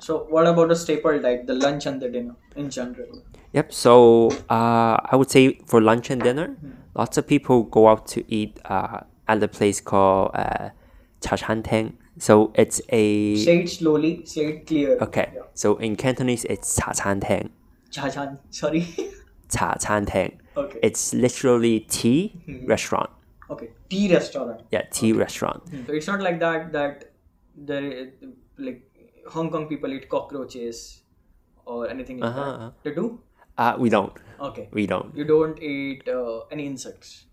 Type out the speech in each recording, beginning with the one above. So, what about a staple diet, the lunch and the dinner in general? Yep. So uh, I would say for lunch and dinner, lots of people go out to eat uh, at a place called uh, Cha Shan Teng. So it's a Say it slowly, say it clear. okay. Yeah. So in Cantonese, it's Cha Chan Teng. Cha chan. Sorry. Cha Chan Teng. okay. It's literally tea restaurant. okay. Tea restaurant. Yeah, tea restaurant. So it's not like that that there is, like Hong Kong people eat cockroaches or anything like Uh-huh. that. They do? Uh, we don't. Okay. We don't. You don't eat uh, any insects.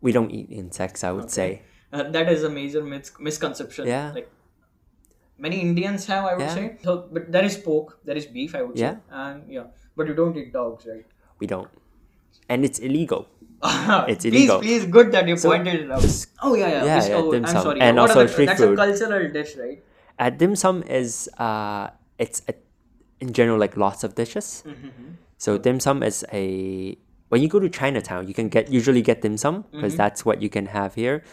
We don't eat insects. I would say. Uh, that is a major mis- misconception. Yeah. Like many Indians have, I would Yeah. say. So, but there is pork, there is beef, I would Yeah. say, and yeah. But you don't eat dogs, right? We don't. And it's illegal. It's please, illegal. please, good that you pointed it out. Oh yeah, yeah. yeah, Miss- yeah, oh, dim I'm sum. sorry. And What also are the, street That's food. a cultural dish, right? Uh, dim sum is uh, it's a, in general like lots of dishes. So dim sum is a when you go to Chinatown, you can get usually get dim sum because that's what you can have here,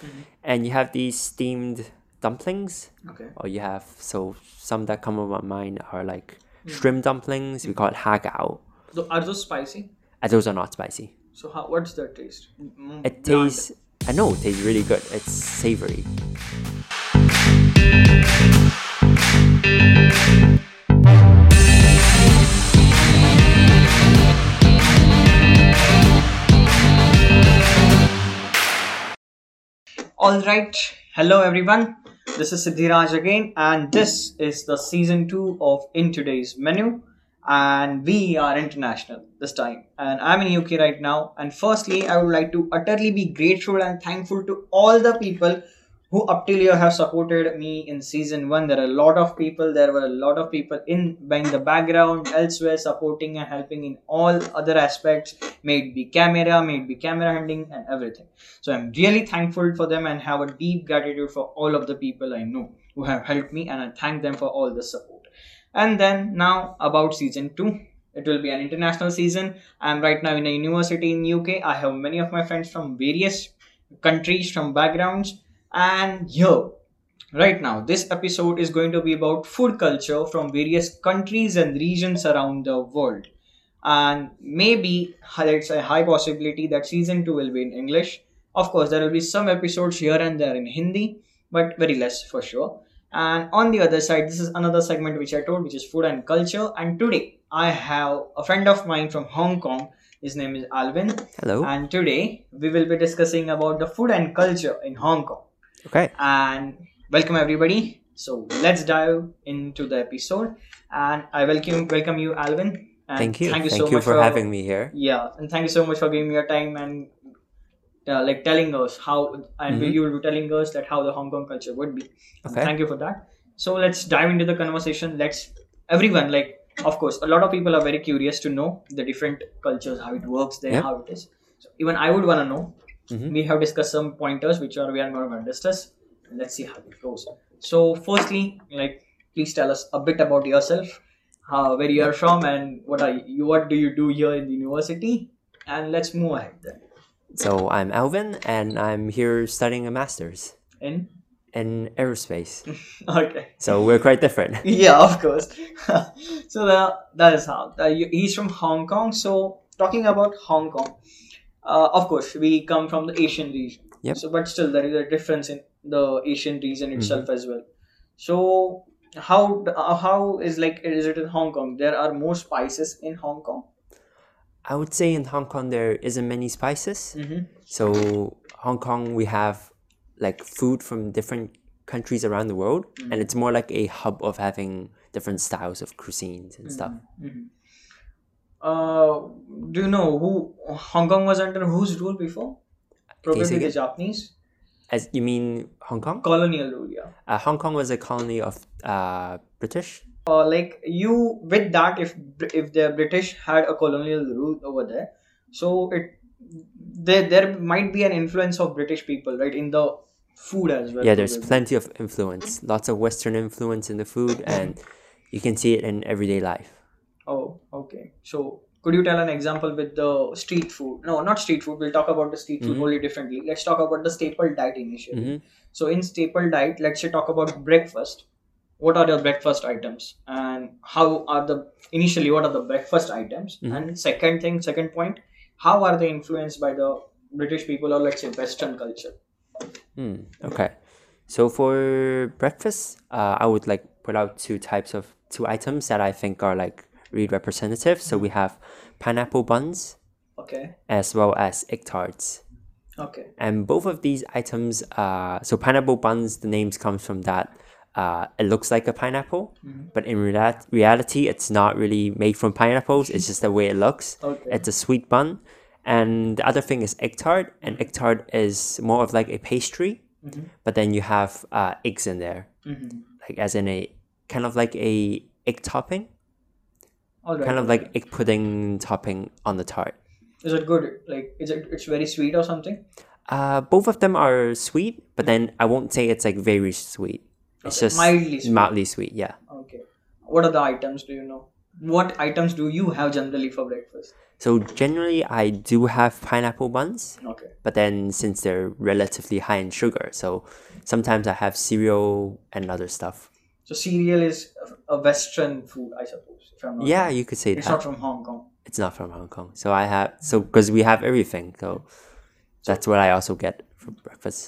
and you have these steamed dumplings, Okay. or you have so some that come to my mind are like shrimp dumplings. We call it ha gao, So are those spicy? and those are not spicy. So how? What's their taste? Mm, It bland. tastes, I know it tastes really good. It's savory. All right. Hello, everyone. This is Siddhiraj again, and this is the season two of In Today's Menu. And we are international this time. And I'm in UK right now. And firstly, I would like to utterly be grateful and thankful to all the people who up till here have supported me in season one. There are a lot of people. There were a lot of people in behind the background, elsewhere, supporting and helping in all other aspects. May it be camera, may it be camera handling, and everything. So I'm really thankful for them and have a deep gratitude for all of the people I know who have helped me, and I thank them for all the support. And then now about season two. It will be an international season. I'm right now in a university in UK. I have many of my friends from various countries, from backgrounds, and yo, right now this episode is going to be about food culture from various countries and regions around the world and maybe it's a high possibility that season 2 will be in english of course there will be some episodes here and there in hindi but very less for sure and on the other side this is another segment which i told which is food and culture and today i have a friend of mine from hong kong his name is alvin Hello. and today we will be discussing about the food and culture in hong kong okay. and welcome everybody so let's dive into the episode and i welcome welcome you alvin and Thank you. Thank you, so much for having me here. yeah and thank you so much for giving me your time and uh, like telling us how and Mhm. you will be telling us that how the hong kong culture would be And Okay. thank you for that so let's dive into the conversation let's everyone like of course a lot of people are very curious to know the different cultures how it works there Yeah. how it is so even i would want to know Mhm. we have discussed some pointers which are we are going to discuss let's see how it goes so firstly like please tell us a bit about yourself how where you're from and what are you what do you do here in the university and let's move ahead then So I'm Alvin, and I'm here studying a master's in in aerospace. okay So we're quite different. yeah of course so the, that is how the, he's from hong kong so talking about hong kong uh, of course we come from the asian region Yep. so but still there is a difference in the asian region itself as well so how uh, how is like is it in hong kong there are more spices in hong kong I would say in Hong Kong there isn't many spices. mm-hmm. So Hong Kong we have like food from different countries around the world, and it's more like a hub of having different styles of cuisines and stuff. Mhm. Uh, do you know who Hong Kong was under whose rule before? Can you Probably say the again? Japanese As you mean Hong Kong? colonial rule, yeah. Uh, Hong Kong was a colony of uh, British. Uh, like you with that, if if the British had a colonial rule over there, so it there there might be an influence of British people, right, in the food as well. Yeah, there's probably. plenty of influence, lots of Western influence in the food, and you can see it in everyday life. Oh, okay. So, could you tell an example with the street food? No, not street food. We'll talk about the street food Mhm. wholly differently. Let's talk about the staple diet initially. Mhm. So, in staple diet, let's say talk about breakfast. what are your breakfast items and how are the initially what are the breakfast items Mhm. and second thing second point how are they influenced by the british people or let's say western culture Hmm. Okay. So for breakfast, uh, I would like put out two types of two items that I think are like really representative. So we have pineapple buns okay as well as egg tarts. okay And both of these items, uh, so pineapple buns, the names comes from that. Uh, it looks like a pineapple, but in rea- reality, it's not really made from pineapples. It's just the way it looks. Okay. It's a sweet bun. And the other thing is egg tart, and egg tart is more of like a pastry, Mm-hmm. but then you have uh, eggs in there, like as in a kind of like a egg topping, all right kind of like egg pudding topping on the tart. is it good like is it it's very sweet or something Uh, both of them are sweet, but then I won't say it's like very sweet. It's Okay, just mildly sweet. mildly sweet, yeah. okay what are the items do you know what items do you have generally for breakfast So generally, I do have pineapple buns, okay but then since they're relatively high in sugar, so sometimes I have cereal and other stuff. so cereal is a- a western food i suppose if i'm not Yeah, you could say it's that. not from hong kong it's not from Hong Kong, so I have so because we have everything, so that's what I also get for breakfast.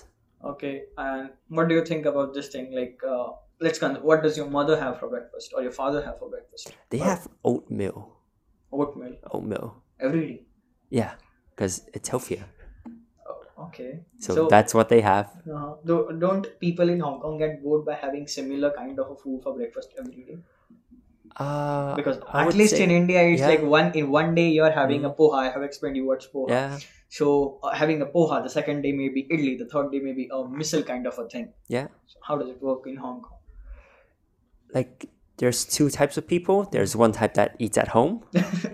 Okay, and what do you think about this thing? Like, uh, let's con- what does your mother have for breakfast or your father have for breakfast? They have oatmeal, Oatmeal oatmeal, every day. Oh, yeah, because it's healthier. Okay, So, So- that's what they have. uh, do, don't people in Hong Kong get bored by having similar kind of a food for breakfast every day? Uh, Because I at would least say- in India, it's yeah. Mm-hmm. like one in one day you're having a poha. I have explained you what's poha. yeah, So uh, having a poha, the second day may be idli, the third day may be a missile kind of a thing. yeah. So how does it work in Hong Kong? like there's two types of people. There's one type that eats at home.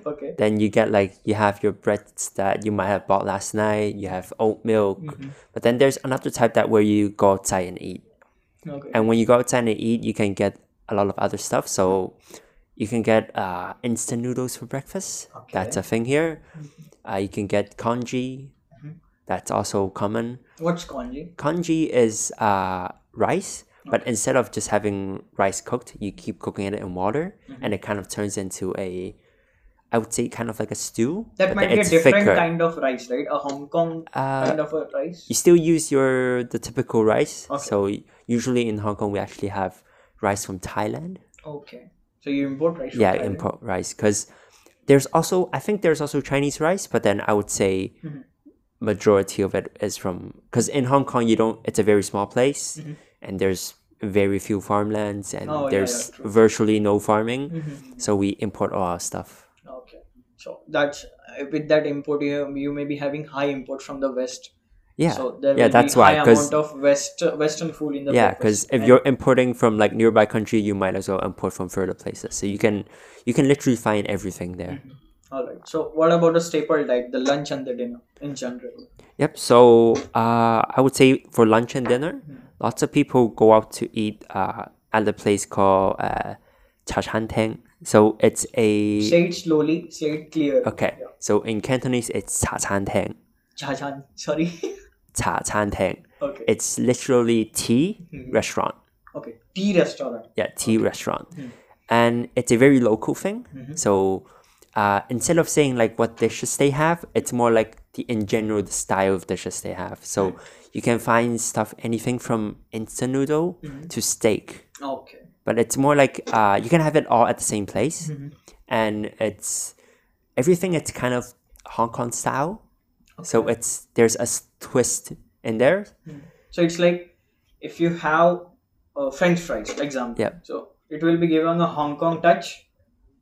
okay. Then you get like you have your breads that you might have bought last night. You have oat milk. Mm. Mm-hmm. But then there's another type that where you go outside and eat. Okay. And when you go outside and eat, you can get a lot of other stuff. So you can get uh, instant noodles for breakfast. That's Okay. Mm-hmm. a thing here. Uh, you can get congee. That's also common. What's congee? Congee is uh, rice, but instead of just having rice cooked, you keep cooking it in water, Mm-hmm. and it kind of turns into a, I would say, kind of like a stew. That but might then be a it's different thicker. kind of rice, right? A Hong Kong Uh, kind of a rice. You still use your the typical rice. Okay. So usually in Hong Kong, we actually have rice from Thailand. Okay. So you import rice? from yeah, Thailand? import rice because there's also I think there's also Chinese rice, but then I would say Mm-hmm. majority of it is from because in Hong Kong you don't. It's a very small place, and there's very few farmlands, and Mm-hmm. Oh, yeah, there's yeah, true. Mm-hmm. virtually no farming. So we import all our stuff. Okay. So that's uh, with that import, you, you may be having high import from the west. Yeah, So there yeah, will that's be why. high Because amount of west western food in the yeah, because breakfast. if And- you're importing from like nearby country, you might as well import from further places. So you can you can literally find everything there. all right. So what about the staple diet, the lunch and the dinner in general? Yep. So uh, I would say for lunch and dinner, lots of people go out to eat uh, at a place called uh, Cha Shan Teng. So it's a Say it slowly, say it clear. okay. Yeah. So in Cantonese, it's Cha Shan Teng. Cha chan. Sorry. Cha Shan Teng. okay. It's literally tea restaurant. okay. Tea restaurant. Yeah, tea restaurant, and it's a very local thing. So. Uh, instead of saying like what dishes they have, it's more like the in general the style of dishes they have. So you can find stuff anything from instant noodle to steak, Okay. but it's more like uh, you can have it all at the same place, and it's everything. It's kind of Hong Kong style, so it's there's a s- twist in there. So it's like if you have uh, French fries, for example. Yeah. So it will be given a Hong Kong touch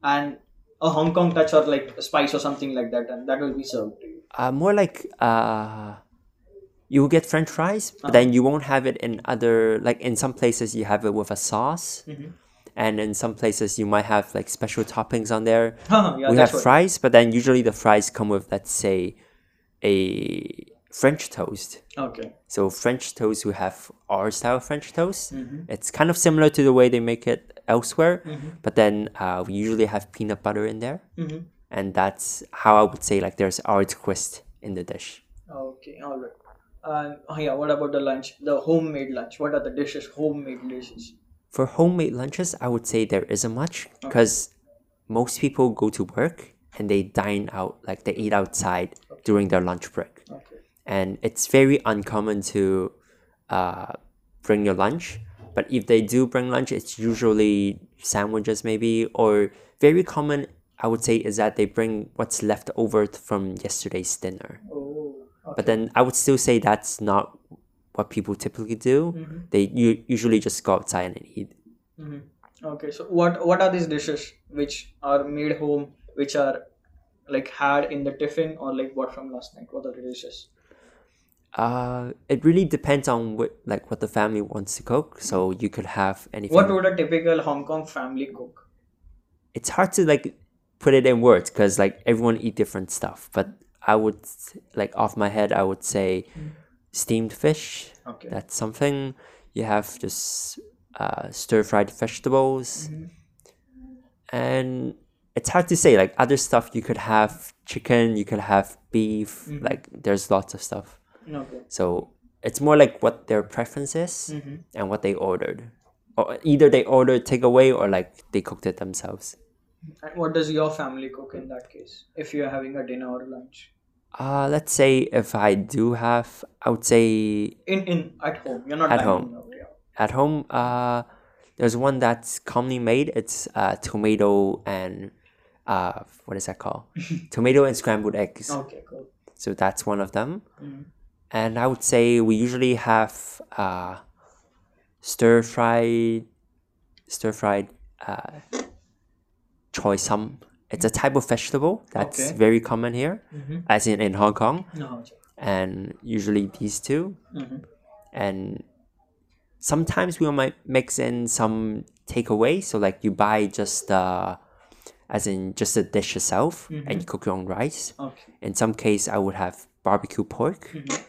and a Hong Kong touch or like a spice or something like that, and that will be served to you. Uh, more like uh, you will get French fries, Uh-huh. but then you won't have it in other like in some places you have it with a sauce, Mm-hmm. and in some places you might have like special toppings on there. yeah, we that's have what. fries, but then usually the fries come with let's say a French toast. okay. So French toast, we have our style French toast. It's kind of similar to the way they make it elsewhere, but then uh, we usually have peanut butter in there, and that's how I would say like there's our twist in the dish. Okay. All right. And oh yeah, what about the lunch? The homemade lunch. What are the dishes? Homemade dishes. For homemade lunches, I would say there isn't much because most people go to work and they dine out, like they eat outside during their lunch break. Okay. And it's very uncommon to uh, bring your lunch. But if they do bring lunch, it's usually sandwiches, maybe, or very common, I would say, is that they bring what's left over from yesterday's dinner Oh. but then I would still say that's not what people typically do. They u- usually just go outside and eat. Okay. So what what are these dishes which are made home, which are like had in the tiffin or like what from last night? What are the dishes? Uh, it really depends on what like what the family wants to cook. So you could have anything. What would a typical Hong Kong family cook? it's hard to like put it in words because like everyone eat different stuff. But I would like off my head, I would say steamed fish. Okay. That's something you have just uh, stir fried vegetables, and it's hard to say. Like other stuff, you could have chicken, you could have beef. Like there's lots of stuff. Okay. So it's more like what their preference is and what they ordered, or either they ordered takeaway or like they cooked it themselves. And what does your family cook in that case? If you are having a dinner or lunch Uh, let's say if I do have, I would say in in at home, you're not At dining home. out, yeah. at home, uh, there's one that's commonly made. It's uh, tomato and uh, what is that called? tomato and scrambled eggs. Okay. Cool. So that's one of them. Mhm. And I would say we usually have uh, stir fried, stir fried uh, choy sum. It's a type of vegetable that's Okay. very common here, Mhm. as in in Hong Kong, No. and usually these two Mm-hmm. and sometimes we might mix in some takeaway so like you buy just uh as in just the dish itself Mm-hmm. and you cook your own rice Okay. in some case i would have barbecue pork Mm-hmm.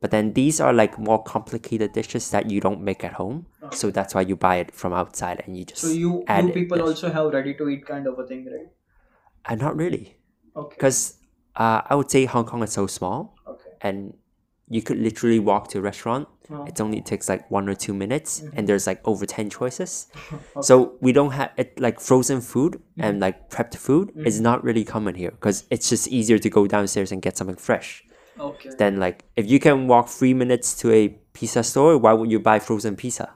but then these are like more complicated dishes that you don't make at home so that's why you buy it from outside and you just So you add you it. people also have ready to eat kind of a thing, right? uh, not really Okay. because uh, i would say hong kong is so small Okay. and you could literally walk to a restaurant. Oh. It only takes like one or two minutes, and there's like over ten choices. So we don't have it like frozen food and like prepped food is not really common here because it's just easier to go downstairs and get something fresh. Okay. Then like if you can walk three minutes to a pizza store, why would you buy frozen pizza?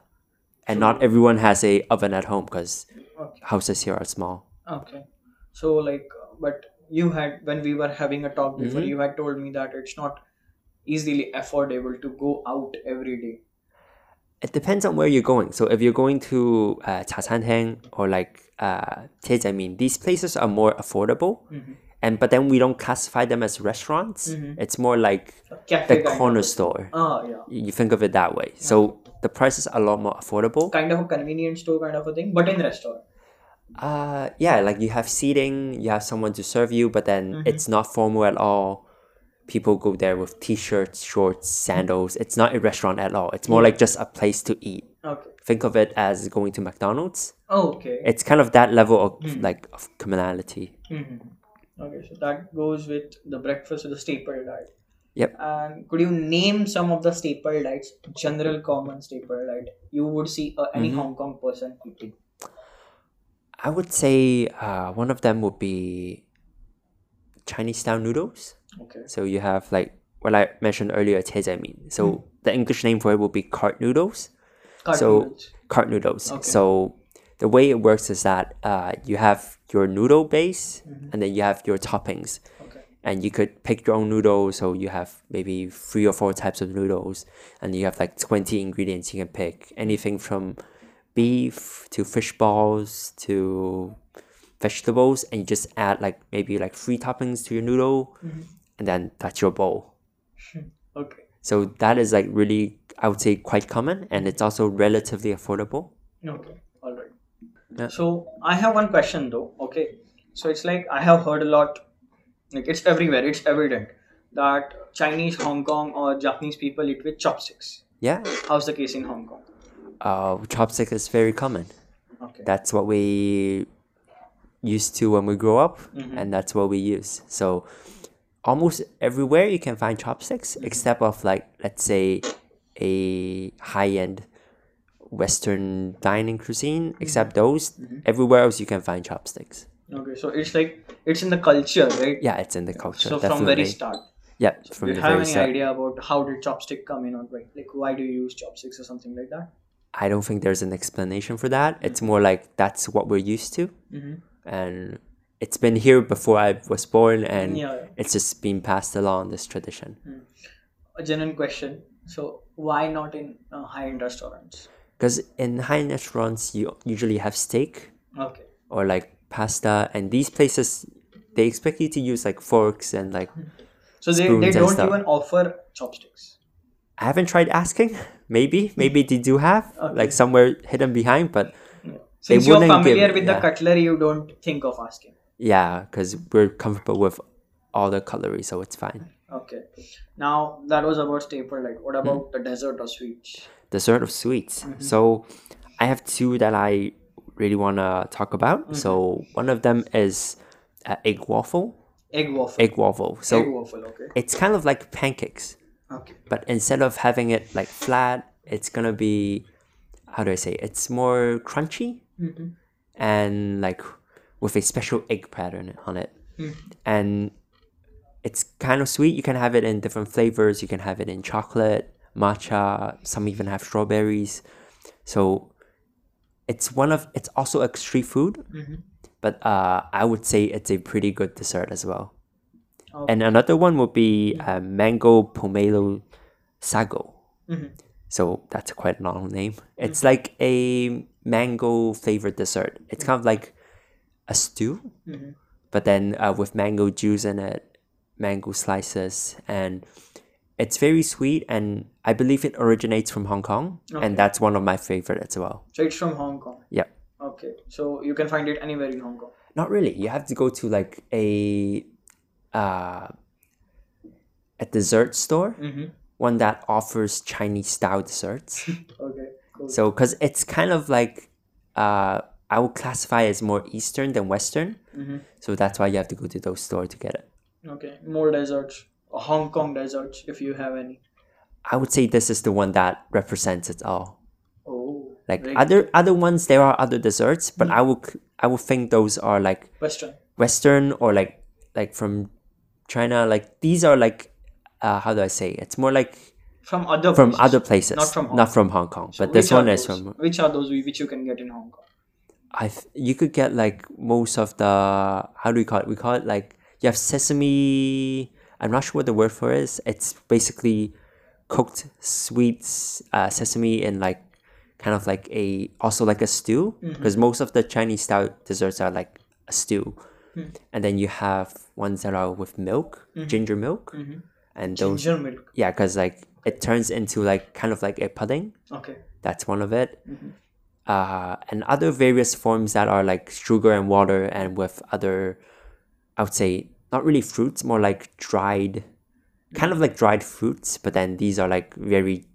And not everyone has a oven at home because Okay. houses here are small. Okay. So like but you had when we were having a talk before Mm-hmm. you had told me that it's not easily affordable to go out every day. It depends on where you're going. So if you're going to uh, Cha San Heng or like uh, Tez, I mean, these places are more affordable. And but then we don't classify them as restaurants. It's more like Cafe the kind corner store. of, ah yeah. You you think of it that way. So the prices are a lot more affordable. Kind of a convenience store kind of a thing, but in restaurant. Uh, yeah, like you have seating, you have someone to serve you, but then it's not formal at all. People go there with t-shirts, shorts, sandals. It's not a restaurant at all. It's more like just a place to eat. Okay. Think of it as going to McDonald's. Oh, okay. it's kind of that level of like of commonality. Mhm. Okay, so that goes with the breakfast or the staple diet. Yep. And could you name some of the staple diets, general common staple diet you would see uh, any Mm-hmm. Hong Kong person eating? I would say uh, one of them would be Chinese style noodles. Okay. So you have like what I mentioned earlier, tezaimin. So the English name for it would be cart noodles. Cut So- noodles. Cart noodles. Okay. So the way it works is that uh, you have your noodle base and then you have your toppings. Okay. and you could pick your own noodles. So you have maybe three or four types of noodles, and you have like 20 ingredients you can pick. Anything from beef to fish balls to vegetables, and you just add like maybe like three toppings to your noodle, and then that's your bowl. Okay. So that is like really, I would say, quite common, and it's also relatively affordable. Okay, all right. Yeah. So I have one question though. Okay, so it's like I have heard a lot, like it's everywhere, it's evident that Chinese, Hong Kong, or Japanese people eat with chopsticks. Yeah, How's the case in Hong Kong? uh, chopstick is very common. Okay. that's what we used to when we grow up Mm-hmm. and that's what we use so almost everywhere you can Mm-hmm. find chopsticks except of like let's say a high end Western dining cuisine, Mm-hmm. except those. Everywhere else, you can find chopsticks. Okay, so it's like it's in the culture, right? Yeah, it's in the culture. so from definitely. very start, yeah, do from you the have very any start. idea about how did chopstick come in or like, like why do you use chopsticks or something like that? I don't think there's an explanation for that. It's Mm-hmm. more like that's what we're used to, and it's been here before I was born, and Yeah. Mm. it's just been passed along this tradition. A genuine question. So why not in uh, high-end restaurants? Because in high-end restaurants, you usually have steak Okay. or like pasta, and these places they expect you to use like forks and like. Mm-hmm. So they, Spoons they and don't stuff. even offer chopsticks. I haven't tried asking. Maybe, maybe they do have Okay. like somewhere hidden behind, but Since you're wouldn't give- familiar with the yeah. cutlery, you don't think of asking. yeah, because we're comfortable with all the cutlery, so it's fine. Okay. Now that was about staple. Like, what Hmm. about the dessert or sweets? dessert of sweets. So I have two that I really want to talk about. So one of them is uh, egg waffle. Egg waffle. Egg waffle. So Egg waffle. Okay. it's kind of like pancakes, Okay. but instead of having it like flat, it's gonna be how do I say? It's more crunchy and like with a special egg pattern on it, and it's kind of sweet. You can have it in different flavors. You can have it in chocolate, matcha. Some even have strawberries. So it's one of it's also a street food, Mm-hmm. but uh, I would say it's a pretty good dessert as well. And another one would be uh, mango pomelo sago. So that's quite a long name. It's like a mango flavored dessert. It's kind of like a stew, Mm-hmm. but then uh, with mango juice in it, mango slices, and it's very sweet. And I believe it originates from Hong Kong, and that's one of my favorite as well. So it's from Hong Kong. Yeah. Okay. So you can find it anywhere in Hong Kong. Not really. You have to go to like a uh, a dessert store, one that offers Chinese style desserts. Okay. Cool. so, because it's kind of like uh, I would classify as more Eastern than Western. So that's why you have to go to those stores to get it. Okay. More desserts. Uh, Hong Kong desserts, if you have any. I would say this is the one that represents it all. Oh. Like Right. other other ones, there are other desserts, but I would I would think those are like Western. Western or like like from China. Like these are like uh, how do I say? It's more like From other from places. other places, Not from Hong not from Hong Kong. but Which this are one is those? from. Which are those we- which you can get in Hong Kong? I th- you could get like most of the how do we call it? We call it like you have sesame. I'm not sure what the word for it is. It's basically cooked sweets, uh, sesame in like kind of like a also like a stew because most of the Chinese style desserts are like a stew, and then you have ones that are with milk, ginger milk, and those Ginger milk. yeah, because like it turns into like kind of like a pudding. Okay. That's one of it. Mm-hmm. Uh, and other various forms that are like sugar and water and with other, I would say, not really fruits, more like dried, kind Mm-hmm. of like dried fruits, but then these are like very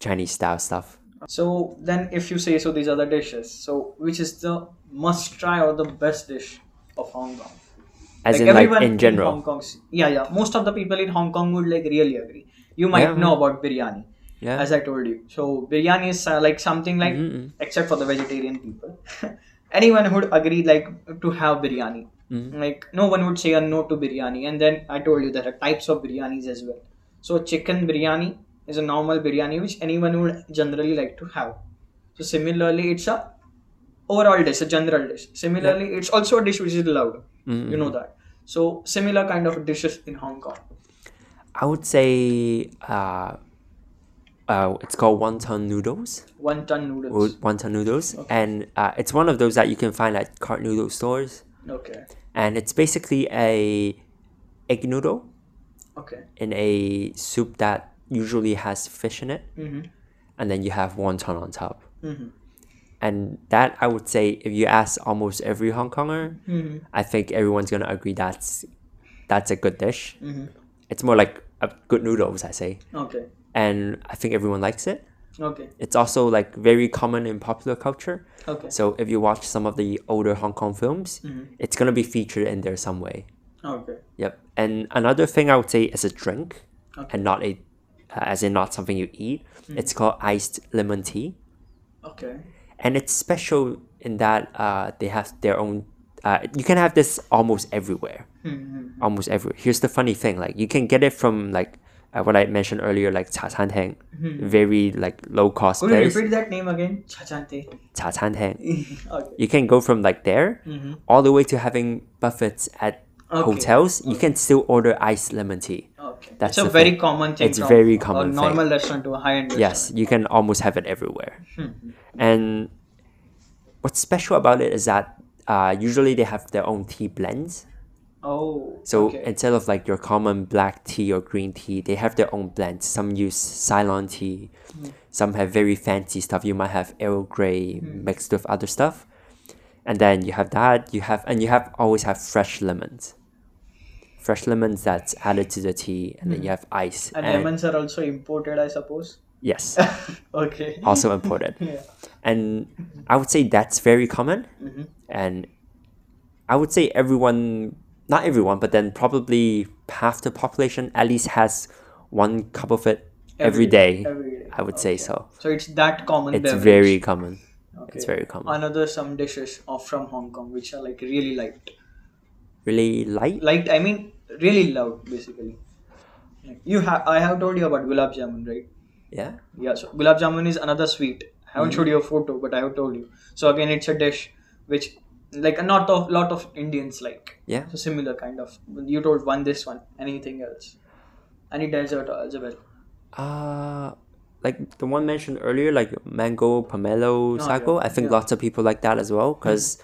Chinese style stuff. So then, if you say so, these are the dishes. So which is the must try or the best dish of Hong Kong? As Like in everyone like in Hong general. Kong's, yeah, yeah. Most of the people in Hong Kong would like really agree. You might Yeah. know about biryani, Yeah. Mm-hmm. as I told you. So biryani is uh, like something like, except for the vegetarian people, anyone would agree like to have biryani. Mm-hmm. Like no one would say a no to biryani. And then I told you there are types of biryanis as well. So chicken biryani is a normal biryani which anyone would generally like to have. So similarly, it's a overall dish, a general dish. Similarly, it's also a dish which is allowed. Mm-hmm. You know that. So similar kind of dishes in Hong Kong. I would say uh, uh, it's called wonton noodles. Wonton noodles. wo- Wonton noodles. And uh, it's one of those that you can find at cart noodle stores. Okay. and it's basically a egg noodle Okay. in a soup that usually has fish in it, and then you have wonton on top. And that I would say, if you ask almost every Hong Konger, Mm-hmm. I think everyone's gonna agree that's that's a good dish. It's more like a good noodles, I say, Mm-hmm. Okay. and I think everyone likes it. Okay. It's also like very common in popular culture. Okay. So if you watch some of the older Hong Kong films, it's gonna be featured in there some way. Okay. Yep. And another thing I would say is a drink Okay. Mm. and not a uh, as in not something you eat. It's called iced lemon tea, Okay. and it's special in that uh, they have their own. Uh, you can have this almost everywhere, Hmm, almost everywhere. Here's the funny thing: like you can get it from like uh, what I mentioned earlier, like cha Hang, Hmm. very like low cost Could you place. repeat that name again? Chachante. Cha Hang. okay. You can go from like there all the way to having buffets at Mm-hmm. Okay. hotels. You can still order iced lemon tea. Okay. That's it's a the very thing. common thing. It's from very A common thing. normal restaurant Hmm. to a high end Yes, you can almost have it everywhere. And what's special about it is that uh, usually they have their own tea blends. Oh. So okay. instead of like your common black tea or green tea, they have their own blends. Some use Ceylon tea, Hmm. some have very fancy stuff. You might have Earl Grey Hmm. mixed with other stuff, and then you have that. You have and you have always have fresh lemons, fresh lemons that's added to the tea, and then you have ice. Hmm. and lemons are also imported, I suppose. Yes, okay. also imported. Yeah. Mm-hmm. and I would say that's very common. And I would say everyone, not everyone, but then probably half the population at least has one cup of it every day. Every day. I would say so. So it's that common. It's beverage. very common. It's Okay. very common. Another some dishes of from Hong Kong which are like really light. Really light. Light, I mean, really loud, basically. Like, You have I have told you about gulab jamun, right? Yeah. Yeah, so gulab jamun is another sweet. I haven't showed you a Mm-hmm. photo, but I have told you. So again, it's a dish which, like, a lot of lot of Indians like. Yeah. So similar kind of. You told one this one. Anything else? Any dessert as well? Uh like the one mentioned earlier, like mango, pomelo, Oh, yeah, sago. I think yeah. Mm-hmm. lots of people like that as well because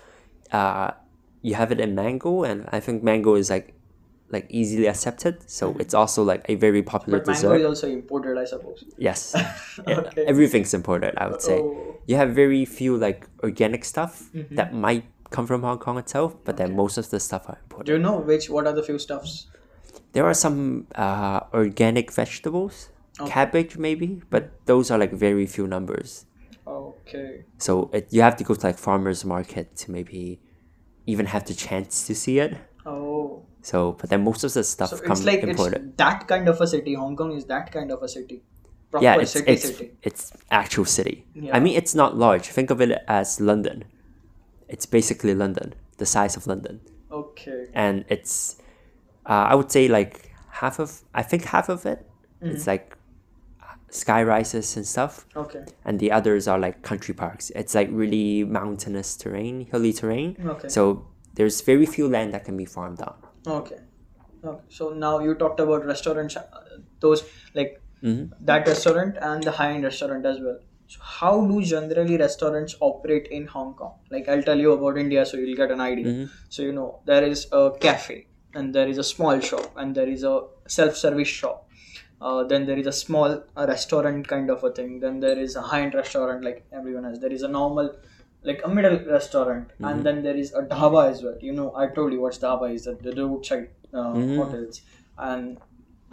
uh, you have it in mango, and I think mango is like like easily accepted. So it's also like a very popular Mm-hmm. But mango dessert. is also imported, I suppose. Yes, Yeah, Okay. everything's imported. I would say Oh. Mm-hmm. you have very few like organic stuff that might come from Hong Kong itself, but then most of the stuff are imported. Do you know which? What are the few stuffs? There are some uh, organic vegetables, cabbage maybe, but those are like very few numbers. Okay. So it, you have to go to like farmers market to maybe even have the chance to see it. Oh. So, but then most of the stuff So comes it's like imported. it's that kind of a city. Hong Kong is that kind of a city. Proper yeah, it's city it's, city. it's actual city. Yeah. I mean, it's not large. Think of it as London. It's basically London, the size of London, Okay. and it's uh, I would say like half of I think half of it it's Mm. like uh, sky rises and stuff, Okay. and the others are like country parks. It's like really mountainous terrain, hilly terrain. Okay. So there's very few land that can be farmed on. Okay. Okay. So now you talked about restaurants, uh, those like that restaurant and the high end restaurant as well. So how do generally restaurants operate in Hong Kong? Like I'll tell you about India, so you'll get an idea. So you know there is a cafe, and there is a small shop, and there is a self service shop. Uh, then there is a small uh, restaurant kind of a thing. Then there is a high end restaurant like everyone has. There is a normal, like a middle restaurant, and then there is a dhaba as well. You know, I told you what dhaba is the, the roadside uh, hotels, and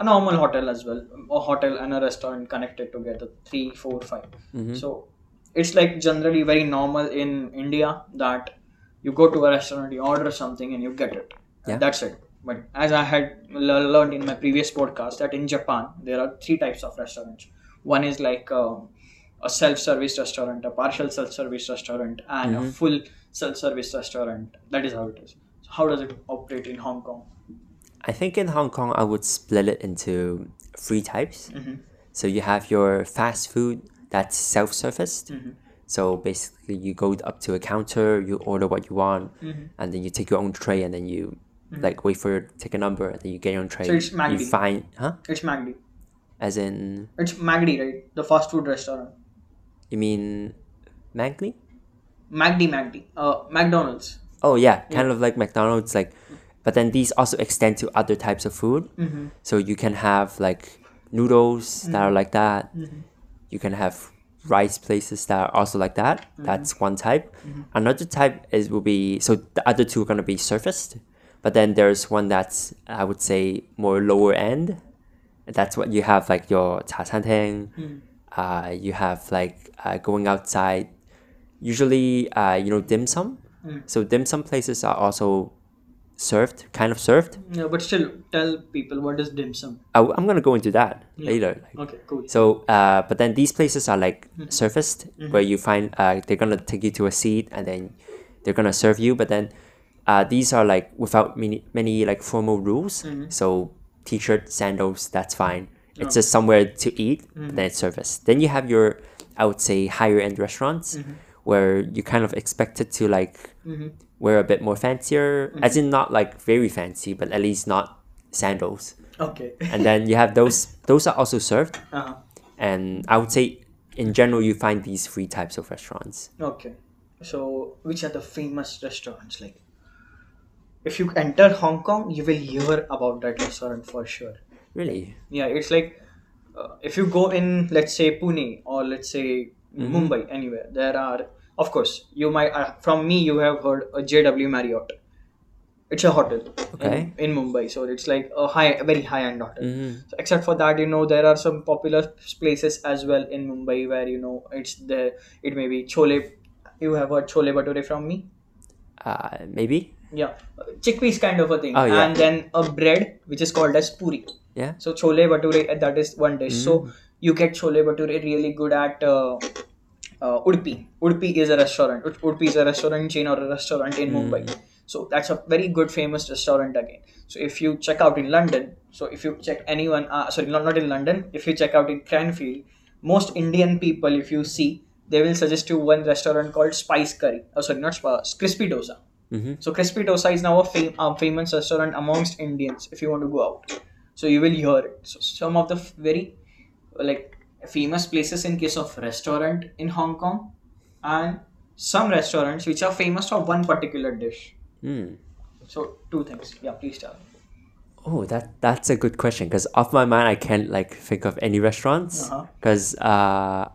a normal hotel as well, a hotel and a restaurant connected together, three, four, five. So it's like generally very normal in India that you go to a restaurant, you order something, and you get it. Yeah. That's it. But as I had l- learned in my previous podcast, that in Japan there are three types of restaurants. One is like um a self-service restaurant, a partial self-service restaurant, and a full self-service restaurant. That is how it is. So how does it operate in Hong Kong? I think in Hong Kong, I would split it into three types. Mm-hmm. So you have your fast food that's self serviced. Mm-hmm. So basically, you go up to a counter, you order what you want, Mm-hmm. and then you take your own tray, and then you like wait for take a number, and then you get your own tray. So it's you Maggi. find huh? It's MACD. As in, It's MACD, right? The fast food restaurant. you mean Magli? MACD, MACD. Uh, McDonald's. Oh yeah, kind of like McDonald's, like, but then these also extend to other types of food. So you can have like noodles that are like that. You can have rice places that are also like that. That's one type. Another type is will be so the other two are gonna be surfaced, but then there's one that's I would say more lower end. That's what you have like your cha san Uh, you have like uh, going outside usually uh, you know dim sum so dim sum places are also served, kind of served. No, but still, tell people what is dim sum. I, am gonna go into that Yeah. later. like- Okay, cool. So, uh, but then these places are like surfaced where you find uh, they're gonna take you to a seat and then they're gonna serve you. But then uh, these are like without many, many like formal rules. So t-shirt, sandals, that's fine. It's just somewhere to eat. Then it's serviced. Then you have your, I would say, higher end restaurants Mm. where you kind of expected to like Mm-hmm. wear a bit more fancier, as in not like very fancy, but at least not sandals. Okay. And then you have those; those are also served uh-huh. and I would say in general you find these three types of restaurants. Okay. So, which are the famous restaurants? Like, if you enter Hong Kong, you will hear about that restaurant for sure. Really? Yeah, it's like uh, if you go in, let's say Pune or let's say Mm-hmm. Mumbai, anywhere, there are, of course, you might, uh, from me, you have heard a JW Marriott. It's a hotel Okay. in, in Mumbai, so it's like a high, a very high end hotel. Mm-hmm. So except for that, you know, there are some popular places as well in Mumbai where you know it's the it may be chole. You have heard chole bhature from me? Uh, maybe. Yeah, uh, chickpeas kind of a thing, Oh, yeah. and then a bread which is called as puri. Yeah. So chole bhature uh, that is one dish. So you get chole bhature really good at uh, uh, Udpi. Udpi is a restaurant. Ud- Udpi is a restaurant chain or a restaurant in Mumbai. So that's a very good famous restaurant again. So if you check out in London, so if you check anyone, uh, sorry, not, not in London, if you check out in Cranfield, most Indian people, if you see, they will suggest you one restaurant called Spice Curry. Oh, sorry, not Spice, Crispy Dosa. Mm-hmm. So Crispy Dosa is now a, fam- a famous restaurant amongst Indians if you want to go out. So you will hear it. So some of the f- very like famous places in case of restaurant in Hong Kong and some restaurants which are famous for one particular dish. Mm. So two things. Yeah, please tell. Oh, that that's a good question because off my mind I can't like think of any restaurants Uh-huh. because uh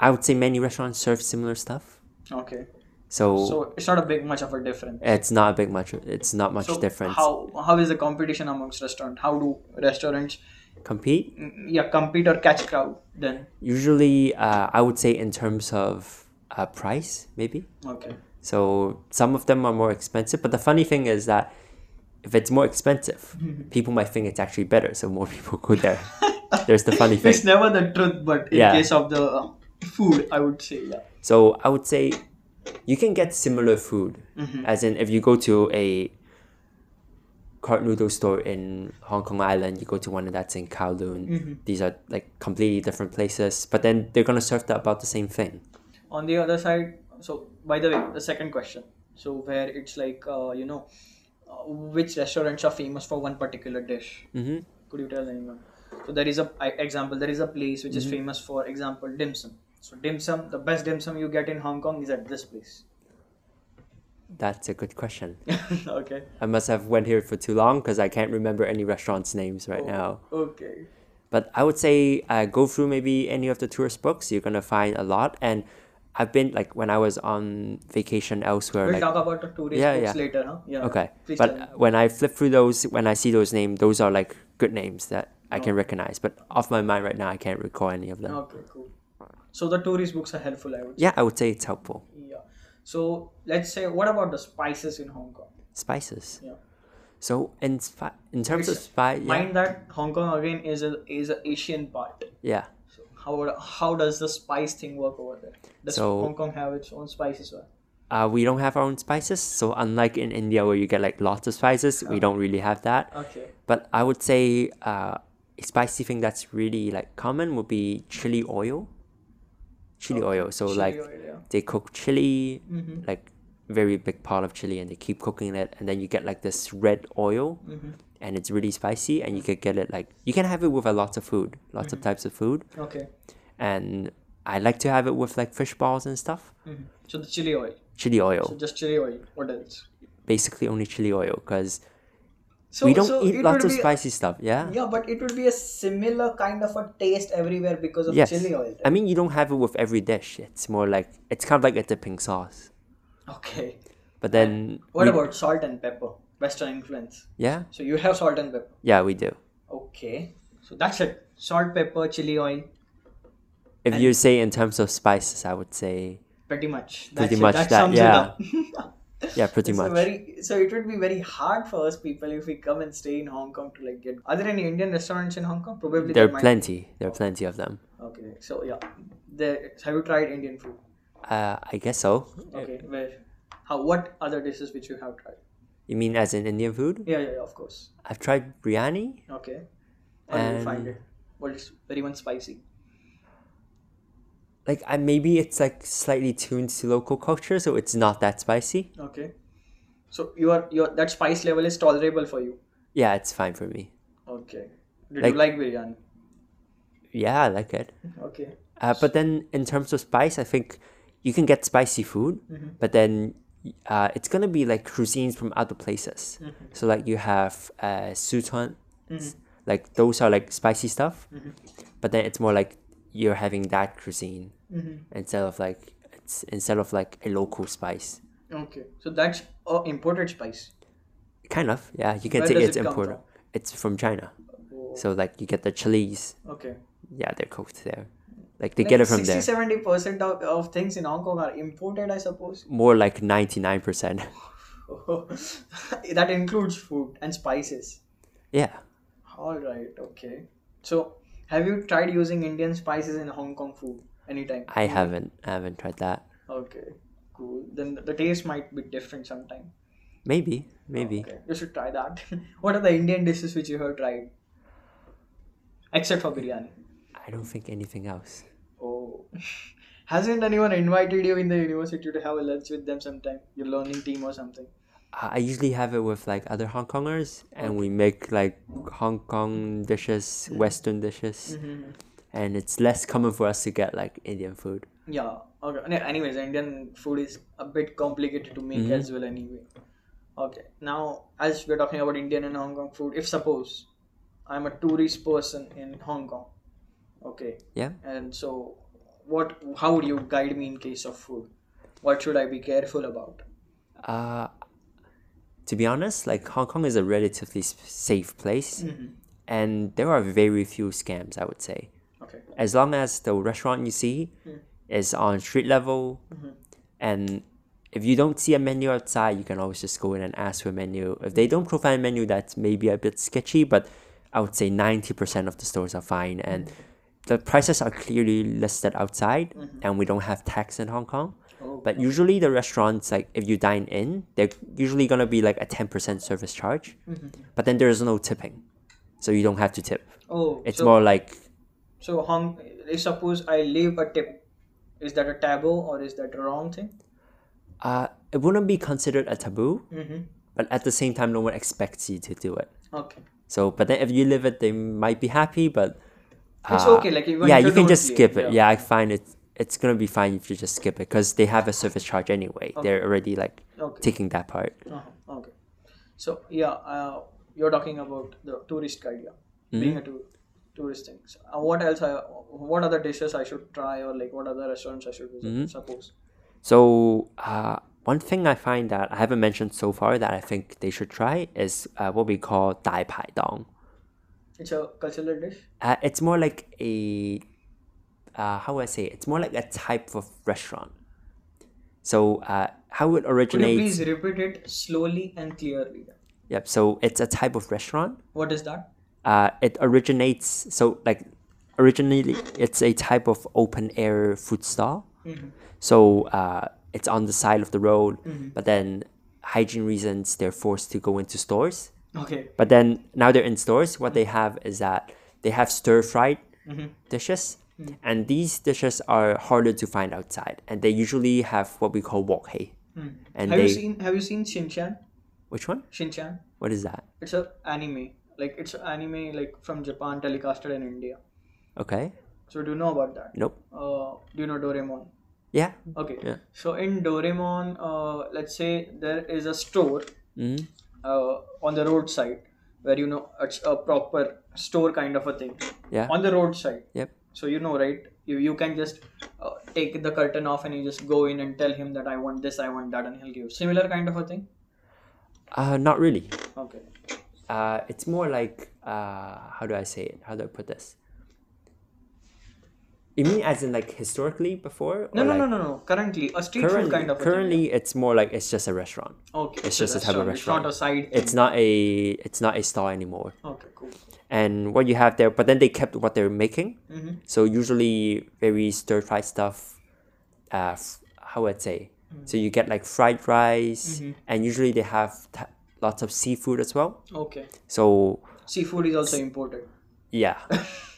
I would say many restaurants serve similar stuff. Okay. So, So it's not a big much of a difference. it's not a big much. It's not much So difference. how how is the competition amongst restaurant? How do restaurants Compete. mm, yeah compete or catch crowd then? Usually, uh, I would say in terms of uh, price, maybe. Okay. So some of them are more expensive, but the funny thing is that if it's more expensive, people might think it's actually better, so more people go there. There's the funny It's thing. never the truth, but in Yeah. case of the uh, food, I would say yeah. So I would say you can get similar food, as in if you go to a cart noodle store in Hong Kong Island, you go to one that's in Kowloon. These are like completely different places, but then they're gonna serve the, about the same thing. on the other side so by the way the second question so where it's like uh, you know uh, which restaurants are famous for one particular dish Mm-hmm. could you tell anyone so there is a I, example there is a place which Mm-hmm. is famous for example dim sum so dim sum the best dim sum you get in hong kong is at this place That's a good question. okay I must have went here for too long because I can't remember any restaurants' names right Oh. now. okay But I would say uh, go through maybe any of the tourist books. You're gonna find a lot. And I've been like when I was on vacation elsewhere. we'll Like, talk about the tourist Yeah, books yeah. later huh yeah okay, please but tell me. uh, when I flip through those, when I see those names, those are like good names that I can recognize. But off my mind right now, I can't recall any of them. okay cool so the tourist books are helpful i would Yeah, I would say it's helpful. say. yeah so let's say what about the spices in hong kong Spices. Yeah. So in spi- in terms of It's- spice, yeah, Mind that Hong Kong again is a is an Asian part. yeah. So how how does the spice thing work over there? Does So- Hong Kong have its own spice as well? Uh, we don't have our own spices. So unlike in India where you get like lots of spices, we don't really have that. Okay. But I would say uh, a spicy thing that's really like common would be chili oil. Chili oil. So Chili like oil, Mm-hmm. yeah. they cook chili, like very big pot of chili, and they keep cooking it, and then you get like this red oil, Mm-hmm. and it's really spicy, and you could get it like you can have it with a lots of food, lots Mm-hmm. of types of food, Okay. and I like to have it with like fish balls and stuff. Mhm. So the chili oil. Chili oil, So just chili oil. What else? basically only chili oil, because So we don't so eat it lots would of be- spicy stuff. Yeah. Yeah, but it would be a similar kind of a taste everywhere because of Yes. chili oil. I mean, you don't have it with every dish. It's more like it's kind of like a dipping sauce. Okay. But then What we- about salt and pepper? Western influence. yeah, So you have salt and pepper. yeah, we do. Okay. So that's it. Salt, pepper, chili oil. If you say in terms of spices, I would say Pretty much. That's pretty it. much that, that. sums it yeah, up. Yeah, pretty So much. very so it would be very hard for us people if we come and stay in Hong Kong to like get. Are there any Indian restaurants in Hong Kong? Probably there are might- plenty. There are plenty of them. Okay, so yeah, there, have you tried Indian food? Uh, I guess so. Okay, where? How? What other dishes which you have tried? You mean as in Indian food? Yeah, yeah, yeah, of course. I've tried biryani. Okay, how did you find And- it? Well, it's very much spicy. Like I maybe it's like slightly tuned to local culture, so it's not that spicy. Okay, so your your that spice level is tolerable for you. Yeah, it's fine for me. Okay, did Like- you like biryani? Yeah, I like it. Okay, Uh, but then in terms of spice, I think you can get spicy food, Mm-hmm. but then uh, it's gonna be like cuisines from other places. Mm-hmm. So like you have uh, Sichuan, like those are like spicy stuff, Mm-hmm. but then it's more like you're having that cuisine Mm-hmm. instead of like it's instead of like a local spice. okay, so that's uh, imported spice. Kind of, yeah. You can Where say does it's it come imported. from? It's from China, Oh, so like you get the chilies. Okay. Yeah, they're cooked there. Like they get it from there. 70 percent of, of things in Hong Kong are imported, I suppose. More like ninety nine percent. that includes food and spices. Yeah. All right, okay. So, have you tried using Indian spices in Hong Kong food anytime? I haven't. I haven't tried that. Okay, cool. Then the- the taste might be different sometime. Maybe. Maybe. Okay, you should try that. what are the Indian dishes which you have tried? Except for biryani. I don't think anything else. Oh. Hasn't anyone invited you in the university to have a lunch with them sometime? Your learning team or something? I I usually have it with like other Hong Kongers, and we make like Hong Kong dishes, Western dishes, and it's less common for us to get like Indian food. Yeah. Okay. Any- Anyways, Indian food is a bit complicated to Mm-hmm. make as well. Anyway. Okay. Now, as we're talking about Indian and Hong Kong food, if suppose I'm a tourist person in Hong Kong, okay, Yeah. and so what? How would you guide me in case of food? What should I be careful about? Uh, to be honest, like Hong Kong is a relatively s- safe place, and there are very few scams. I would say. Okay. as long as the restaurant you see is on street level and if you don't see a menu outside you can always just go in and ask for a menu if they don't provide a menu that's maybe a bit sketchy but i would say 90% of the stores are fine and the prices are clearly listed outside and we don't have tax in hong kong Oh. but usually the restaurants like if you dine in they're usually going to be like a 10% service charge but then there's no tipping so you don't have to tip Oh. it's so, more like So Hong. If suppose I leave a tip, is that a taboo or is that a wrong thing? uh, it wouldn't be considered a taboo, Mm-hmm. but at the same time, no one expects you to do it. Okay. So, but then if you live it, they might be happy, but It's uh, okay, like, even yeah, if you you can don't just see it, skip it. yeah. Yeah. I find it it's gonna be fine if you just skip it because they have a service charge anyway. They're already like Okay. taking that part. Uh-huh. Okay. So yeah, uh, you're talking about the tourist guide, yeah, being a tour, tourist thing. So, uh, what else? I, what other dishes I should try, or like what other restaurants I should visit? Suppose. So, uh, one thing I find that I haven't mentioned so far that I think they should try is uh, what we call Dai Pai Dong. It's a cultural dish. Uh, it's more like a uh, how would I say? it? It's more like a type of restaurant. So uh, how Could it you originates? please repeat it slowly and clearly? Yep. So it's a type of restaurant. What is that? Uh, it originates. So like originally, it's a type of open air food stall. Mm-hmm. So uh, it's on the side of the road, Mm-hmm. but then hygiene reasons they're forced to go into stores. Okay. But then now they're in stores. What they Mm-hmm. have is that they have stir fried dishes, Mm-hmm. and these dishes are harder to find outside. And they usually have what we call wok hei. And Mm. Have they you seen Have you seen Shinchan? which one? Shinchan. What is that? It's a anime. Like it's a anime like from Japan telecasted in India. Okay, So do you know about that? nope. Uh, do you know Doraemon? Yeah, Okay. Yeah. So in Doraemon, uh, let's say there is a store Mhm. uh, on the roadside where you know it's a proper store kind of a thing yeah, on the roadside. yep, So you know, right? You you can just uh, take the curtain off and you just go in and tell him that I want this, I want that, and he'll give you. similar kind of a thing. uh, not really. Okay. Uh, it's more like uh, how do I say it? How do I put this? You mean as in like historically before? No, or no, like no, no, no. Currently, a street Currently, food kind of. a thing. currently it's more like it's just a restaurant. okay, it's so just a type of restaurant. It's not a side. It's not a it's not a stall anymore. thing. okay, cool. And what you have there, but then they kept what they're making. Mm-hmm. So usually very stir fried stuff. Uh, f- how would I say? Mm. So you get like fried rice, Mm-hmm. and usually they have t- lots of seafood as well. Okay, So seafood is also imported. yeah,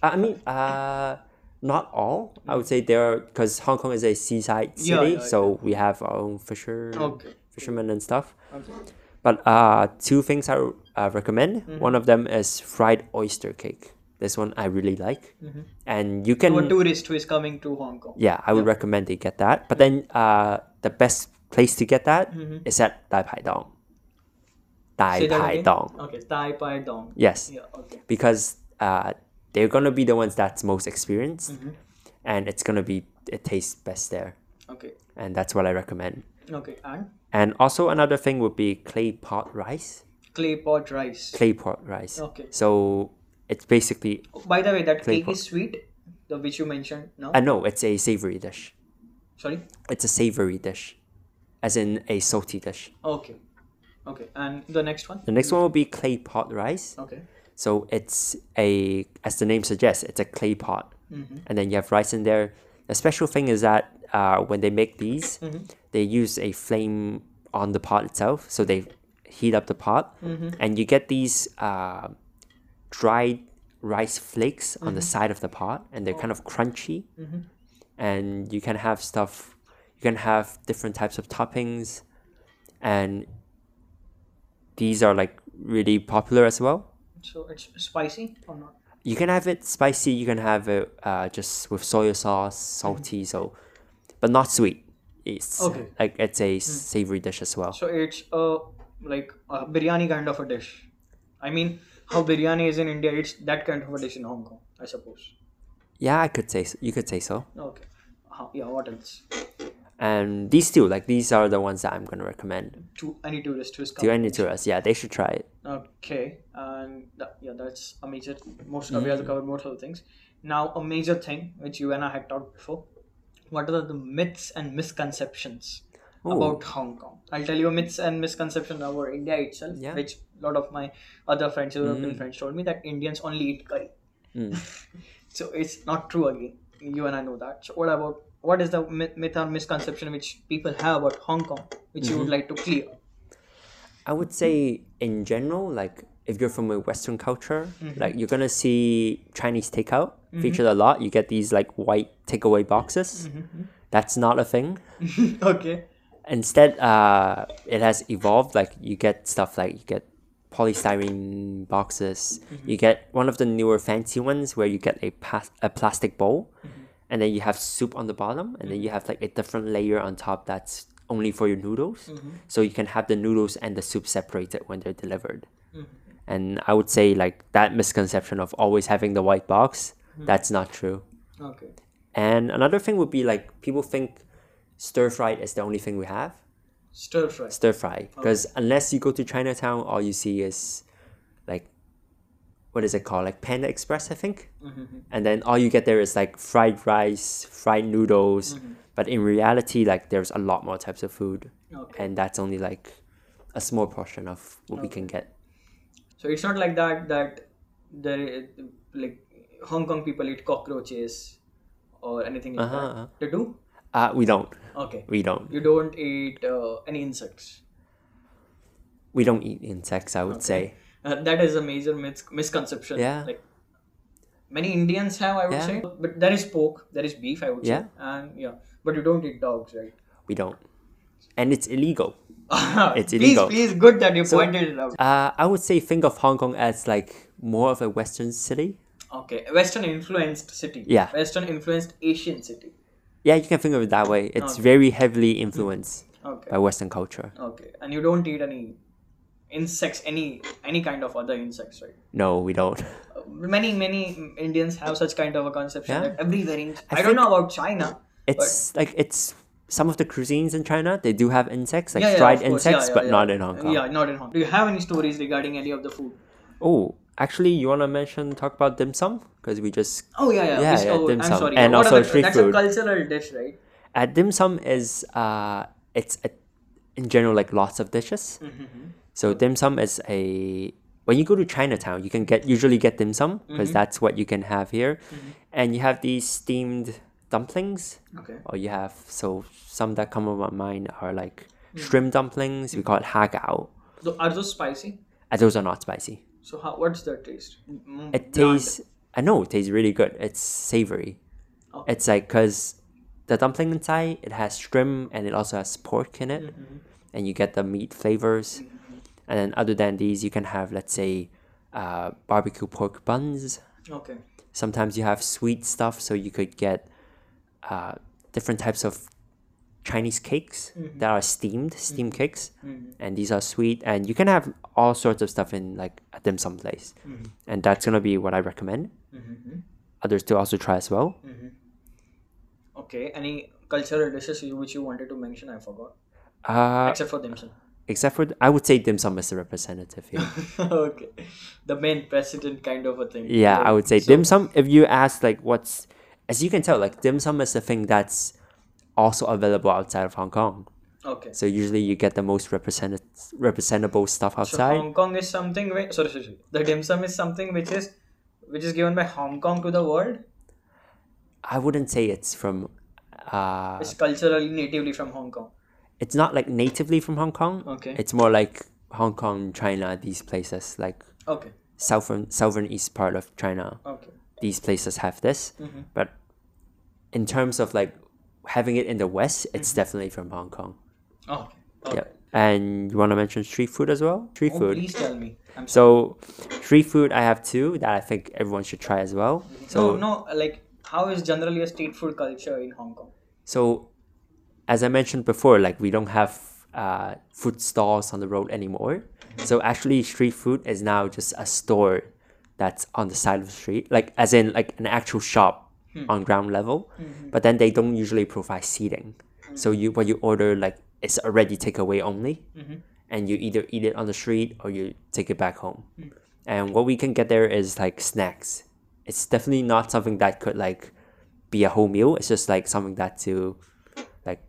I I mean, uh, not all. I would say there are because Hong Kong is a seaside city, Yeah, yeah, Oh. so we have our own fisher Okay. fishermen and stuff. Okay. But uh, two things I uh, recommend. Mm-hmm. One of them is fried oyster cake. This one I really like, Mm-hmm. and you can. A tourist who is coming to Hong Kong. yeah, I would recommend they get that. But then uh, the best place to get that is at Dai Pai Dong. Dai Mm-hmm. Say that Pai again. Dong. Okay, Thai Pai Dong. Yes, Yeah. Okay. because uh, they're gonna be the ones that's most experienced, Mm-hmm. and it's gonna be it tastes best there, Okay. and that's what I recommend. Okay. And And also another thing would be clay pot rice. clay pot rice. Clay pot rice. Okay. So it's basically By the way, that Clay cake pot. is sweet, the which you mentioned. No. uh, no, it's a savory dish. Sorry. It's a savory dish, as in a salty dish. Okay. Okay. And the next one. The next one will be clay pot rice. Okay. So it's a, as the name suggests, it's a clay pot, and then you have rice in there. The special thing is that uh, when they make these, they use a flame on the pot itself, so they heat up the pot, and you get these uh, dried rice flakes on the side of the pot, and they're kind of crunchy, and you can have stuff, you can have different types of toppings, and these are like really popular as well So it's spicy or not? you can have it spicy you can have it uh, just with soy sauce salty so but not sweet it's Okay. like it's a savory dish as well So it's a like a biryani kind of a dish. I mean, how biryani is in India, it's that kind of a dish in Hong Kong, I suppose. yeah i could say so. you could say so Okay. Uh, yeah. What else? and these two like these are the ones that i'm going to recommend To any tourist who is to coming. any tourists yeah they should try it Okay, and that, yeah, that's a major. Most we have covered most of the things. Now, a major thing which you and I had talked before. What are the myths and misconceptions about Hong Kong? I'll tell you myths and misconceptions about India itself, Yeah. which a lot of my other friends, European friends, told me that Indians only eat curry. so it's not true again. You and I know that. So what about what is the myth myth or misconception which people have about Hong Kong, which you would like to clear? I would say in general, like if you're from a Western culture, like you're gonna see Chinese takeout featured a lot. You get these like white takeaway boxes. That's not a thing. okay. Instead, uh, it has evolved. Like you get stuff like you get polystyrene boxes. You get one of the newer fancy ones where you get a pas- a plastic bowl, and then you have soup on the bottom, and then you have like a different layer on top that's only for your noodles. So you can have the noodles and the soup separated when they're delivered. And I would say like that misconception of always having the white box. That's not true. Okay. And another thing would be like people think stir fried is the only thing we have Stir fry. stir fry because unless you go to Chinatown, all you see is like what is it called like Panda Express, I think, Mm-hmm. and then all you get there is like fried rice, fried noodles, but in reality, like there's a lot more types of food, Okay. and that's only like a small portion of what we can get. So it's not like that that there is, like Hong Kong people eat cockroaches or anything like Uh-huh. that. They do. Uh, we don't, Okay. we don't, You don't eat uh, any insects. we don't eat insects. I would say Uh, that is a major mis- misconception. Yeah. Like many Indians have, I would Yeah. say. But there is pork, there is beef, I would say. Yeah. And yeah, but you don't eat dogs, right? we don't, and it's illegal. It's please, illegal. please, good that you pointed it out. Uh, I would say think of Hong Kong as like more of a Western city. Okay, Western influenced city. Yeah. Western influenced Asian city. Yeah, you can think of it that way. It's very heavily influenced Okay. by Western culture. Okay, and you don't eat any insects, any any kind of other insects, right? No, we don't. Uh, Many many Indians have such kind of a conception Yeah. that everywhere in I, I don't know think- about China. It's like it's some of the cuisines in China. They do have insects, like Yeah, yeah, fried of course. insects, Yeah, yeah, but yeah. not in Hong Kong. Yeah, not in Hong. Do you have any stories regarding any of the food? Oh, Actually, you want to mention talk about dim sum because we just Oh yeah, yeah. Yeah, Which- yeah, oh, dim I'm sum. sorry. And What also are the- street That's a food. cultural dish, right? uh, dim sum is uh, it's a, in general like lots of dishes. Mm-hmm, So dim sum is a when you go to Chinatown, you can get usually get dim sum because Mm-hmm. that's what you can have here, and you have these steamed dumplings, Okay. or you have so some that come to my mind are like shrimp dumplings. We call it ha gao, So are those spicy? and those are not spicy. So how? What's their taste? Mm, It bland. tastes. I know it tastes really good. It's savory. Oh. It's like because the dumpling inside it has shrimp and it also has pork in it, and you get the meat flavors. And then other than these, you can have let's say uh, barbecue pork buns. Okay. Sometimes you have sweet stuff, so you could get uh, different types of Chinese cakes that are steamed, steam cakes, and these are sweet. And you can have all sorts of stuff in like a dim sum place, and that's gonna be what I recommend. Mm-hmm. Others to also try as well. Okay. Any cultural dishes you, which you wanted to mention? I forgot. Uh, Except for dim sum. except for I would say dim sum is the representative here. okay. The main president kind of a thing. Yeah, So- I would say so- dim sum. If you ask like what's, as you can tell, like dim sum is the thing that's also available outside of Hong Kong. Okay. So usually you get the most represented representable stuff So outside. Hong Kong is something. Which, sorry, sorry, sorry. The dim sum is something which is, which is given by Hong Kong to the world. I wouldn't say it's from. Uh, It's culturally natively from Hong Kong. it's not like natively from Hong Kong. Okay. It's more like Hong Kong, China, these places like Okay. southern southern east part of China. Okay. These places have this, Mm-hmm. but in terms of like having it in the West, it's definitely from Hong Kong. Okay. Mm-hmm. okay. Yep. And you want to mention street food as well? Street Oh, food. please tell me. I'm sorry. So, street food, I have two that I think everyone should try as well. So, So no, like how is generally a street food culture in Hong Kong? so as I mentioned before, like we don't have uh, food stalls on the road anymore. So actually, street food is now just a store that's on the side of the street, like as in like an actual shop on ground level. But then they don't usually provide seating. So you what you order like it's already takeaway only, and you either eat it on the street or you take it back home. And what we can get there is like snacks. It's definitely not something that could like be a whole meal. It's just like something that to like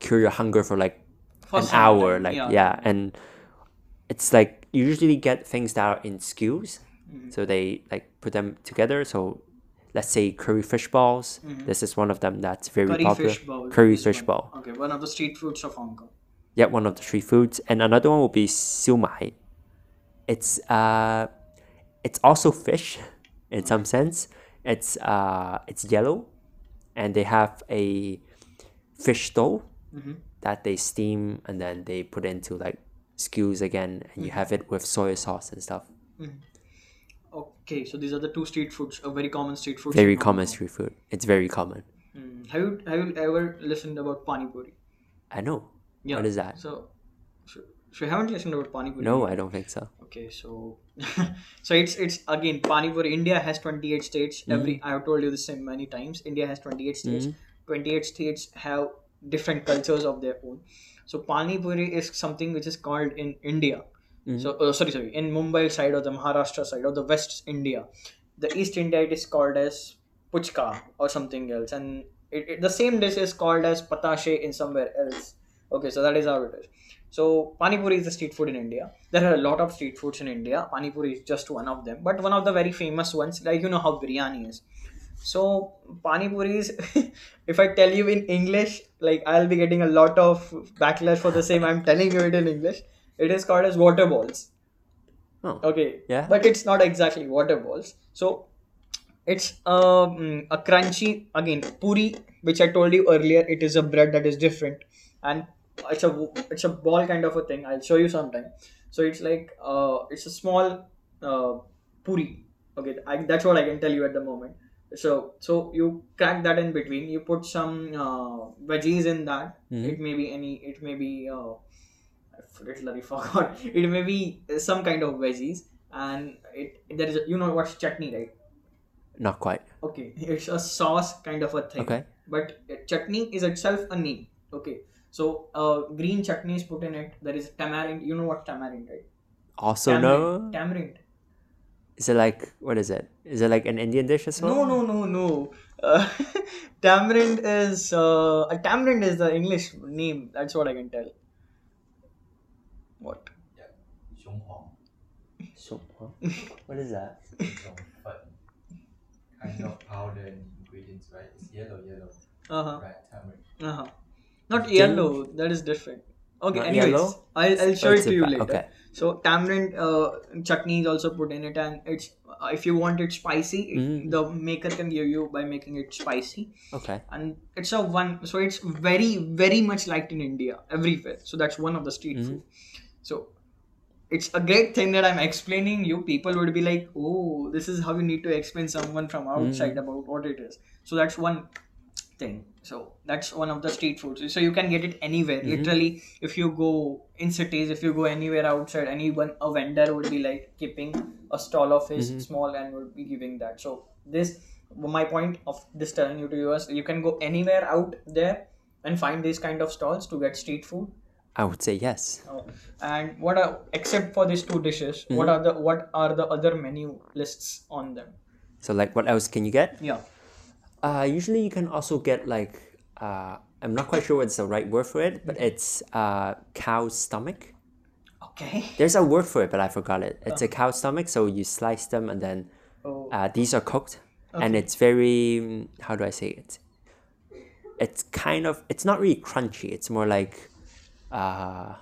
cure your hunger for like For an some hour. time, Like yeah. yeah. And it's like you usually get things that are in skews. Mm-hmm. So they like put them together. So let's say curry fish balls. This is one of them that's very Mm-hmm. Curry popular. fish bowl. curry is fish one- ball. Okay, one of the street foods of Hong Kong. Yep, one of the three foods. And another one will be siumai. It's uh it's also fish in some sense. It's uh it's yellow and they have a fish dough Mm-hmm. that they steam and then they put into like skews again and Mm-hmm. you have it with soy sauce and stuff. Okay, so these are the two street foods, a very common street foods. in Very Hong common street food. It's very common. Kong. Mm. Have you have you ever listened about pani puri? I know. Yeah. What is that? So, so, so you haven't listened about pani puri? No, I don't think so. Okay, so so it's it's again pani puri. India has twenty eight states. Every I've told you this many times. India has twenty eight states. Twenty eight states have different cultures of their own. So pani puri is something which is called in India. So oh, sorry, sorry, in Mumbai side or the Maharashtra side or the West India, the East India it is called as puchka or something else, and it, it, the same dish is called as patashe in somewhere else. Okay, so that is how it is. So Pani Puri is a street food in India. There are a lot of street foods in India. Pani Puri is just one of them, but one of the very famous ones, like you know how biryani is. So Pani Puri is, if I tell you in English, like I'll be getting a lot of backlash for the same. I'm telling you it in English. It is called as water balls. Oh. Okay. Yeah. But it's not exactly water balls. So it's um, a crunchy again puri, which I told you earlier. It is a bread that is different, and it's a it's a ball kind of a thing. I'll show you sometime. So it's like uh, it's a small uh, puri. Okay, I, that's what I can tell you at the moment. So so you crack that in between. You put some uh, veggies in that. It may be any. It may be. Uh, I forget, I forgot. It may be uh, some kind of veggies, and it there is a, you know what's chutney, right? Not quite. Okay, it's a sauce kind of a thing. Okay. But uh, chutney is itself a name. Okay, so uh, green chutney is put in it. There is tamarind. You know what tamarind, right? Also tamarind. no. Tamarind. Is it like what is it? Is it like an Indian dish as well? No, no, no, no. Uh, tamarind is uh, a tamarind is the English name. That's what I can tell. What? 雄黄 So, what is that? 雄粉 kind of powder and ingredients, right? It's yellow, yellow, Uh Uh-huh. huh. right? Tamarind. Uh huh. Not yellow. That is different. Okay. Not anyways, yellow? I'll, I'll show Oh, it it's to you a- later. okay. So tamarind uh, chutney is also put in it, and it's uh, if you want it spicy, it- Mhm. the maker can give you by making it spicy. Okay. And it's a one, so it's very very much liked in India everywhere. So that's one of the street Mhm. food. So it's a great thing that I'm explaining you. People would be like, oh, this is how you need to explain someone from outside Mm. about what it is. So that's one thing. So that's one of the street foods. So you can get it anywhere. Mm-hmm. Literally, if you go in cities, if you go anywhere outside, anyone a vendor would be like keeping a stall of his Mm-hmm. small and would be giving that. So this my point of this telling you to you is you can go anywhere out there and find these kind of stalls to get street food I would say yes. Oh, and what are except for these two dishes Mm-hmm. what are the what are the other menu lists on them So like what else can you get? yeah Uh, usually you can also get like uh, I'm not quite sure what's the right word for it, but it's uh, cow's stomach. okay There's a word for it, but I forgot it. It's a cow's stomach, so you slice them and then oh uh, these are cooked, and it's very mm, how do I say it? It's kind of it's not really crunchy. It's more like uh,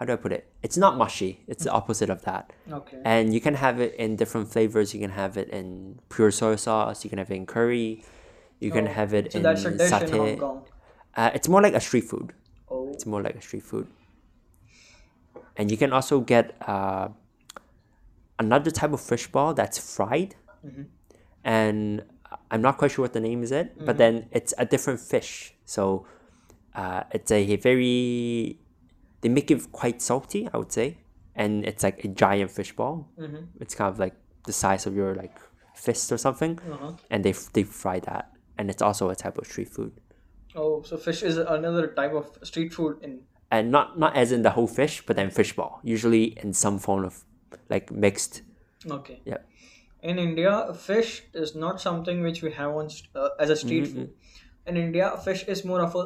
how do I put it? It's not mushy. It's the opposite of that. okay And you can have it in different flavors. You can have it in pure soy sauce. You can have it in curry. You can have it Oh. so in that's a dish satay. in hong kong Uh, it's more like a street food. oh It's more like a street food. And you can also get uh, another type of fish ball that's fried. And I'm not quite sure what the name is it, but then it's a different fish. So uh, it's a very, they make it quite salty, I would say. And it's like a giant fish ball. It's kind of like the size of your like fist or something. And they, they fry that. And it's also a type of street food. oh so fish is another type of street food in and not not as in the whole fish, but then fish ball, usually in some form of like mixed. okay Yeah, in india fish is not something which we have on st- uh, as a Mm-hmm. street food in india fish is more of a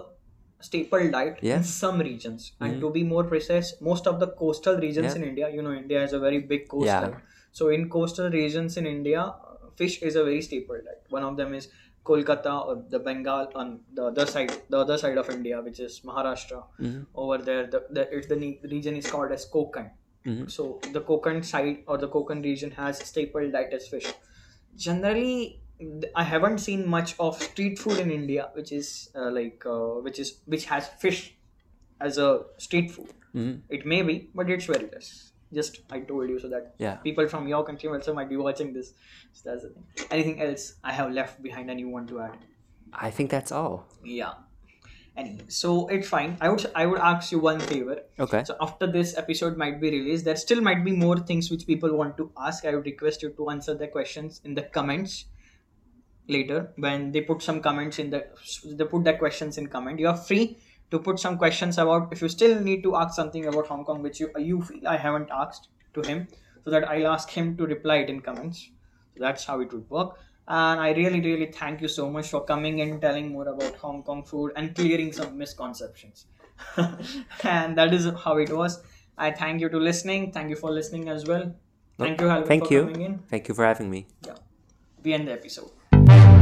staple diet Yeah. in Mm-hmm. some regions and to be more precise most of the coastal regions Yeah. in india you know india has a very big coastline Yeah. so in coastal regions in india uh, fish is a very staple diet one of them is kolkata or the bengal on the other side the other side of india which is maharashtra over there the, the, it's the ne- region is called as kokan so the Kokan side or the Kokan region has staple diet as fish. Generally, th- I haven't seen much of street food in India, which is uh, like uh, which is which has fish as a street food. It may be, but it's very less. Just I told you so that Yeah. people from your country also might be watching this. So that's the thing. Anything else I have left behind and you want to add? I think that's all. Yeah. Anyway, so it's fine. I would I would ask you one favor. Okay. So after this episode might be released, there still might be more things which people want to ask. I would request you to answer the questions in the comments later when they put some comments in the they put their questions in comment. You are free to put some questions about if you still need to ask something about Hong Kong which you you feel I haven't asked to him, so that I'll ask him to reply it in comments. So that's how it would work. And I really, really thank you so much for coming and telling more about Hong Kong food and clearing some misconceptions. and that is how it was. I thank you to listening. Thank you for listening as well. Thank you, Halvin, Thank for you. coming in. Thank you for having me. Yeah. We end the episode.